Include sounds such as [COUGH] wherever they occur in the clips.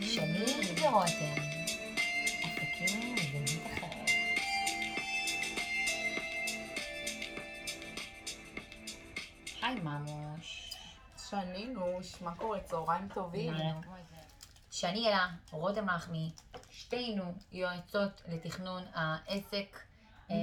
שני ורותם, עסקים מזווית אחרת. היי ממוש. שנינוש, מה קורה? צהריים טובים. כן. שני אלה, רותם לחמי, שתינו יועצות לתכנון העסק, אה,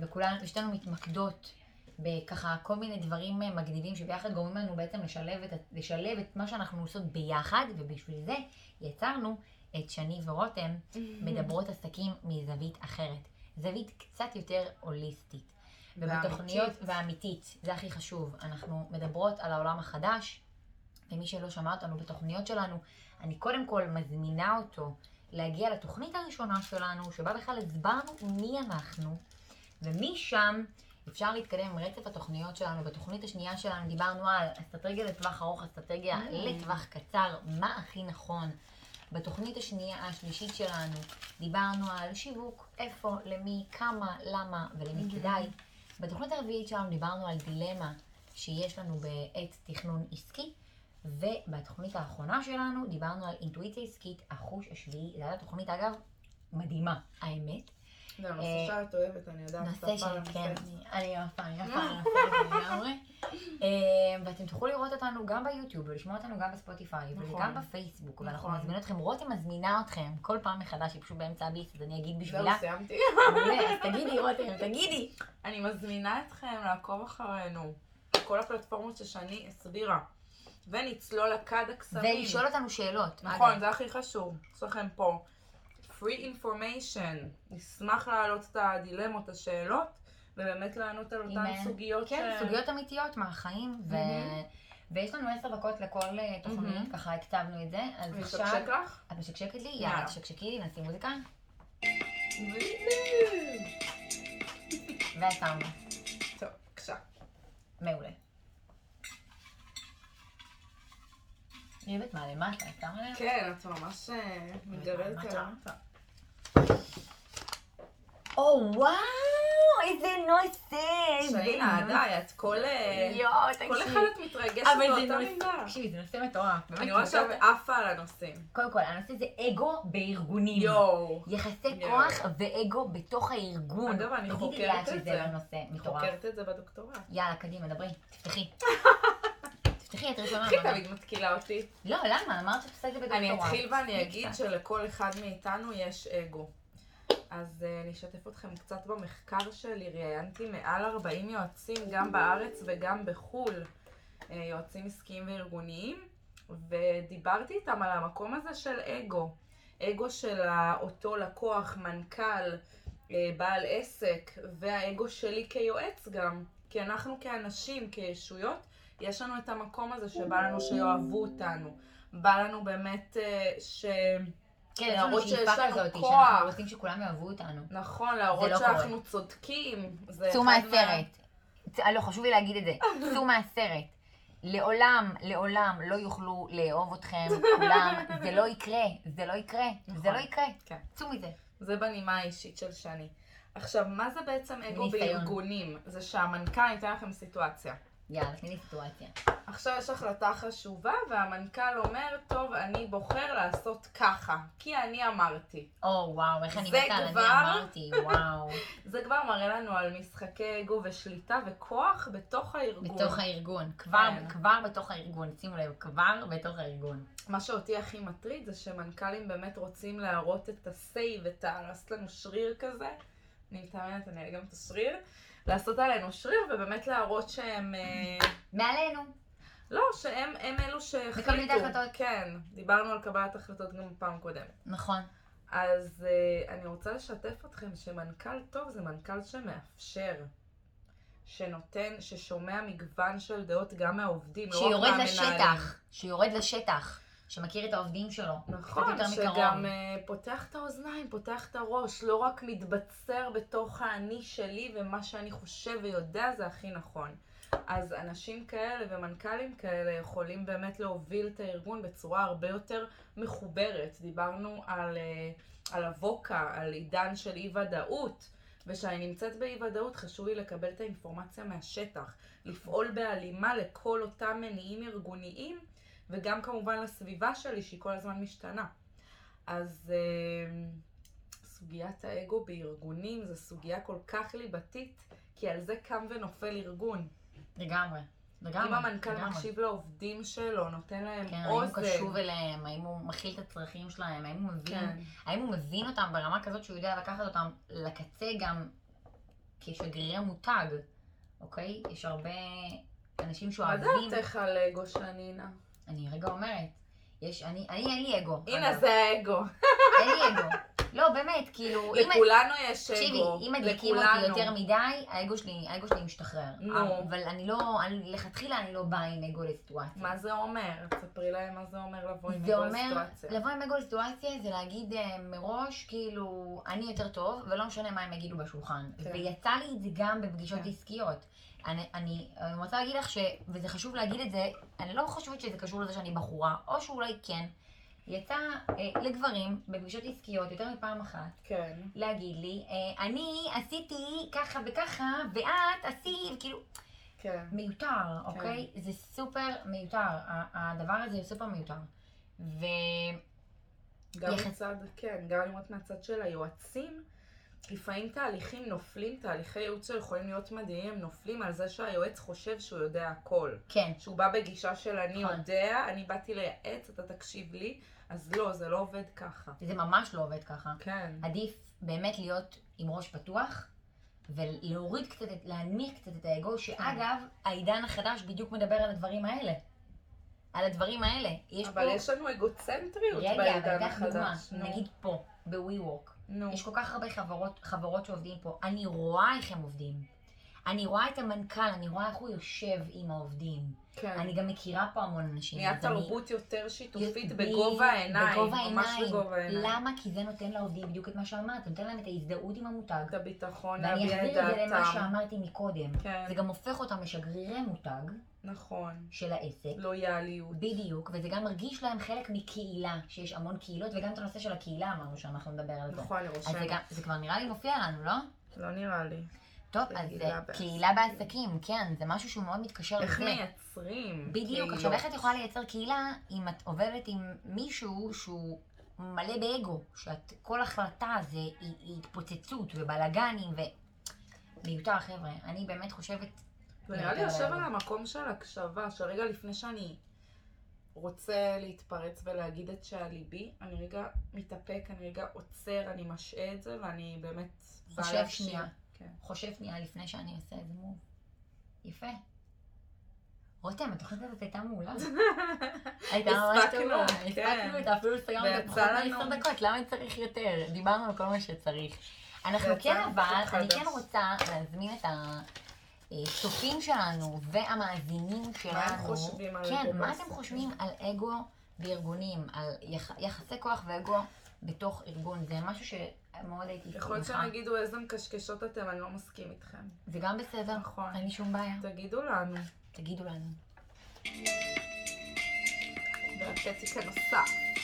וכולנו, ושתינו מתמקדות בככה כל מיני דברים אה, מגניבים שביחד גורמים לנו בעצם לשלב את, ה- לשלב את מה שאנחנו עושות ביחד, ובשביל זה יצרנו את שני ורותם מדברות עסקים מזווית אחרת, זווית קצת יותר הוליסטית. ובתוכניות, ואמיתית. ואמיתית, זה הכי חשוב. אנחנו מדברות על העולם החדש, ומי שלא שמע אותנו בתוכניות שלנו, אני קודם כל מזמינה אותו להגיע לתוכנית הראשונה שלנו, שבה בכלל הסברנו מי אנחנו, ומשם אפשר להתקדם עם רצף התוכניות שלנו. בתוכנית השנייה שלנו דיברנו על אסטרטגיה לטווח ארוך, אסטרטגיה Mm. לטווח קצר, מה הכי נכון. בתוכנית השנייה, השלישית שלנו, דיברנו על שיווק, איפה, למי, כמה, למה ולמי כדאי. בתוכנית הרביעית שלנו דיברנו על דילמה שיש לנו בעת תכנון עסקי, ובתוכנית האחרונה שלנו דיברנו על אינטואיציה עסקית, החוש השביעי, זו הייתה תוכנית אגב מדהימה, האמת. זה נושא שאת אוהבת, אני יודעת. נושא ספר שאני, לנושא. כן, אני יפה, אני יפה, יפה לגמרי. אה, ואתם תוכלו לראות אותנו גם ביוטיוב, ולשמוע אותנו גם בספוטיפיי, נכון. וגם בפייסבוק, ואנחנו נכון. מזמינות אתכם, רותם מזמינה אתכם כל פעם מחדש, היא פשוט באמצע הביס, אז אני אגיד זהו, בשבילה. סיימתי. מעולה, אז תגידי, רותם, תגידי. [LAUGHS] אני מזמינה אתכם לעקוב אחרינו. כל הפלטפורמות ששני הסבירה. ונצלול לקד הקסמים. ולשאול אותנו שאלות. נכון, אגב. זה הכי חשוב. יש לכם פה free information. נשמח להעלות את הדילמות, השאלות, ובאמת לענות על אותן אם- סוגיות. כן, ש- סוגיות אמיתיות מהחיים, ו... מהמם. ויש לנו עשר דקות לכל אה, תוכנית, מהמם. ככה הקצבנו את זה, אז אני עכשיו... אשקשק לך? את משקשקת לי? יאללה, יאללה. תשקשקי לי, נשים מוזיקה, Mm-hmm. ועצרנו. טוב, בבקשה. מעולה. אני אוהבת מה למטה, את שמה לב? כן, את ממש אה, מגרדת מה על אתה? המטה. או וואו, איזה נושא! שיינה, זה נושא. די, את כל... אה, יואו, כל תקשיב. אחד את מתרגשת אבל זה באותה נושא, מידה. תקשיבי, זה נושא מטורף. באמת, אני רואה זה נושא- שאת עפה על הנושאים. קודם כל, הנושא זה אגו בארגונים. יואו. יחסי יואו. כוח ואגו בתוך הארגון. אגב, אני תגידי לי חוקרת את את שזה זה. לא נושא מטורף. חוקרת את זה בדוקטורט. יאללה, קדימה, דברי, תפתחי. [LAUGHS] תפתחי, את ראשונה. הכי אבל- תמיד מתקילה אותי. לא, למה? אמרת שאת עושה את זה בדוקטורט. אני אתחיל ואני תפתחי אגיד קצת. שלכל אחד מאיתנו יש אגו. אז אה, אני אשתף אתכם קצת במחקר שלי. ראיינתי מעל 40 יועצים, גם בארץ וגם בחו"ל, אה, יועצים עסקיים וארגוניים, ודיברתי איתם על המקום הזה של אגו. אגו של ה- אותו לקוח, מנכ"ל, אה, בעל עסק, והאגו שלי כיועץ גם. כי אנחנו כאנשים, כישויות, יש לנו את המקום הזה שבא לנו שיאהבו אותנו. בא לנו באמת אה, ש... כן, יש לנו להראות שיש שאיפה לנו כזאת, כוח. שאנחנו רוצים שכולם יאהבו אותנו. נכון, להראות לא שאנחנו צודקים. זה צאו אחד מה- מהסרט. צ- לא, חשוב לי להגיד את זה. צאו מהסרט. לעולם, לעולם לא יוכלו לאהוב אתכם, כולם. זה לא יקרה, זה לא יקרה, זה נכון. לא יקרה. כן. צאו מזה. זה בנימה האישית של שני. עכשיו, מה זה בעצם אגו ניסיון. בארגונים? זה שהמנכ"ל, אני אתן לכם סיטואציה. יאללה, תני לי סיטואציה. עכשיו יש החלטה חשובה, והמנכ"ל אומר, טוב, אני בוחר לעשות ככה, כי אני אמרתי. או וואו, איך אני זה מתה, אני כבר- אמרתי, [LAUGHS] וואו. זה כבר מראה לנו על משחקי אגו ושליטה וכוח בתוך הארגון. בתוך הארגון, כבר, כן. כבר בתוך הארגון, שימו לב, כבר בתוך הארגון. מה שאותי הכי מטריד זה שמנכ"לים באמת רוצים להראות את ה-say ואת ה... לעשות לנו שריר כזה. אני מתאמנת, אני אעלה גם את השריר. לעשות עלינו שריר ובאמת להראות שהם... אה, מעלינו. לא, שהם הם אלו שהחליטו. מקבלים את ההחלטות. כן, דיברנו על קבלת החלטות גם בפעם הקודמת. נכון. אז אה, אני רוצה לשתף אתכם שמנכ"ל טוב זה מנכ"ל שמאפשר. שנותן, ששומע מגוון של דעות גם מהעובדים, לא רק מהמנהלים. שיורד לשטח, שיורד לשטח, שמכיר את העובדים שלו. קצת נכון, יותר מקרוב. שגם אה, פותח את האוזניים, פותח את הראש, לא רק מתבצר בתוך האני שלי ומה שאני חושב ויודע זה הכי נכון. אז אנשים כאלה ומנכ"לים כאלה יכולים באמת להוביל את הארגון בצורה הרבה יותר מחוברת. דיברנו על, אה, על אבוקה, על עידן של אי-ודאות, וכשאני נמצאת באי-ודאות חשוב לי לקבל את האינפורמציה מהשטח, לפעול בהלימה לכל אותם מניעים ארגוניים וגם כמובן לסביבה שלי שהיא כל הזמן משתנה. אז אה, סוגיית האגו בארגונים זו סוגיה כל כך ליבתית, כי על זה קם ונופל ארגון. לגמרי. לגמרי. אם המנכ"ל לגמרי. מקשיב לעובדים שלו, נותן להם כן, האם הוא אוזן. קשוב אליהם, האם הוא מכיל את הצרכים שלהם, האם הוא מבין, כן, האם הוא מבין אותם ברמה כזאת שהוא יודע לקחת אותם לקצה גם כשגרירי מותג, אוקיי? יש הרבה אנשים מה שאוהבים... דעתך על אגו שנינה? אני רגע אומרת, יש, אני, אני אין לי אגו. הנה אגב. זה האגו. אין לי אגו. לא, באמת, כאילו, אם... לכולנו יש תקשיבי, אגו. אם מדליקים אותי לכולנו. יותר מדי, האגו שלי, האגו שלי משתחרר. נו. אבל אני לא, אני, לכתחילה אני לא באה עם אגו לסיטואציה. מה זה אומר? תספרי להם מה זה אומר לבוא עם זה אגו אומר, לסיטואציה. לבוא עם אגו לסיטואציה זה להגיד אה, מראש, כאילו, אני יותר טוב, ולא משנה מה הם יגידו בשולחן. כן. ויצא לי את זה גם בפגישות כן. עסקיות. אני, אני, אני רוצה להגיד לך, ש, וזה חשוב להגיד את זה, אני לא חושבת שזה קשור לזה שאני בחורה, או שאולי כן. יצא אה, לגברים בפגישות עסקיות יותר מפעם אחת, כן. להגיד לי, אה, אני עשיתי ככה וככה, ואת עשית, כאילו, כן. מיותר, אוקיי? זה סופר מיותר. ה- הדבר הזה הוא סופר מיותר. ו... גם יחס- מצד, כן, גם אני אומרת מהצד של היועצים, לפעמים תהליכים נופלים, תהליכי ייעוץ שיכולים להיות מדהים, נופלים על זה שהיועץ חושב שהוא יודע הכל. כן, שהוא בא בגישה של אני נכון. יודע, אני באתי לייעץ, אתה תקשיב לי, אז לא, זה לא עובד ככה. זה ממש לא עובד ככה. כן. עדיף באמת להיות עם ראש פתוח, ולהוריד קצת, את- להנמיך קצת את כן. האגו, שאגב, העידן החדש בדיוק מדבר על הדברים האלה. על הדברים האלה. יש אבל פה... יש לנו אגוצנטריות רגע, אבל בעידן אקח דוגמה, החדש. נו, נגיד פה, ב-WeWork. נו, יש כל כך הרבה חברות, חברות שעובדים פה. אני רואה איך הם עובדים. אני רואה את המנכ"ל, אני רואה איך הוא יושב עם העובדים. כן. אני גם מכירה פה המון אנשים. נהיה אז אני- תרבות יותר שיתופית ב- בגובה העיניים, בגובה ממש העיניים. בגובה העיניים. למה? כי זה נותן לעובדים בדיוק את מה שאמרת, זה נותן להם את ההזדהות עם המותג. את הביטחון ואני להביע את אחזיר את זה למה דעתם. שאמרתי מקודם. כן, זה גם הופך אותם לשגרירי מותג נכון. של העסק. לויאליות. בדיוק, וזה גם מרגיש להם חלק מקהילה, שיש המון קהילות, וגם את הנושא של הקהילה אמרנו שאנחנו נדבר על זה. נכון, אני אז זה רושמת. גם- זה כבר נראה לי מופיע לנו, לא? לא נראה לי. טוב, זה אז קהילה זה בעסקים. קהילה בעסקים, כן, זה משהו שהוא מאוד מתקשר איך לזה. מייצרים? כאילו- בדיוק, עכשיו קהילות? איך את יכולה לייצר קהילה אם את עובדת עם מישהו שהוא מלא באגו, שאת, כל החלטה זה היא- היא התפוצצות ובלאגנים ו... מיותר, חבר'ה. אני באמת חושבת, זה נראה לי יושב על המקום של הקשבה, שרגע לפני שאני רוצה להתפרץ ולהגיד את שעל ליבי, אני רגע מתאפק, אני רגע עוצר, אני משעה את זה, ואני באמת... באה חושב להקשיב. [LAUGHS] שנייה. כן. חושב שנייה לפני שאני עושה איזה מוב. יפה. רותם, התוכנית הזאת הייתה [LAUGHS] מעולה. הייתה ממש הספקנו, טובה. כן. הספקנו אותה, אפילו סיימנו את ויצא הפחות לנו. מ-10 דקות, למה צריך יותר? דיברנו על כל מה שצריך. אנחנו ויצא כן לנו אבל, פשוט אני חדש. כן רוצה להזמין את הצופים שלנו והמאזינים שלנו. מה הם חושבים על כן, אגו מה בעסקים? אתם חושבים על אגו בארגונים, על יח- יחסי כוח ואגו בתוך ארגון? זה משהו שמאוד הייתי יכול להיות שמחה. שהם יגידו איזה מקשקשות אתם, אני לא מסכים איתכם. זה גם בסדר, נכון. אין לי שום בעיה. תגידו לנו. תגידו לנו. והפתק הנוסף.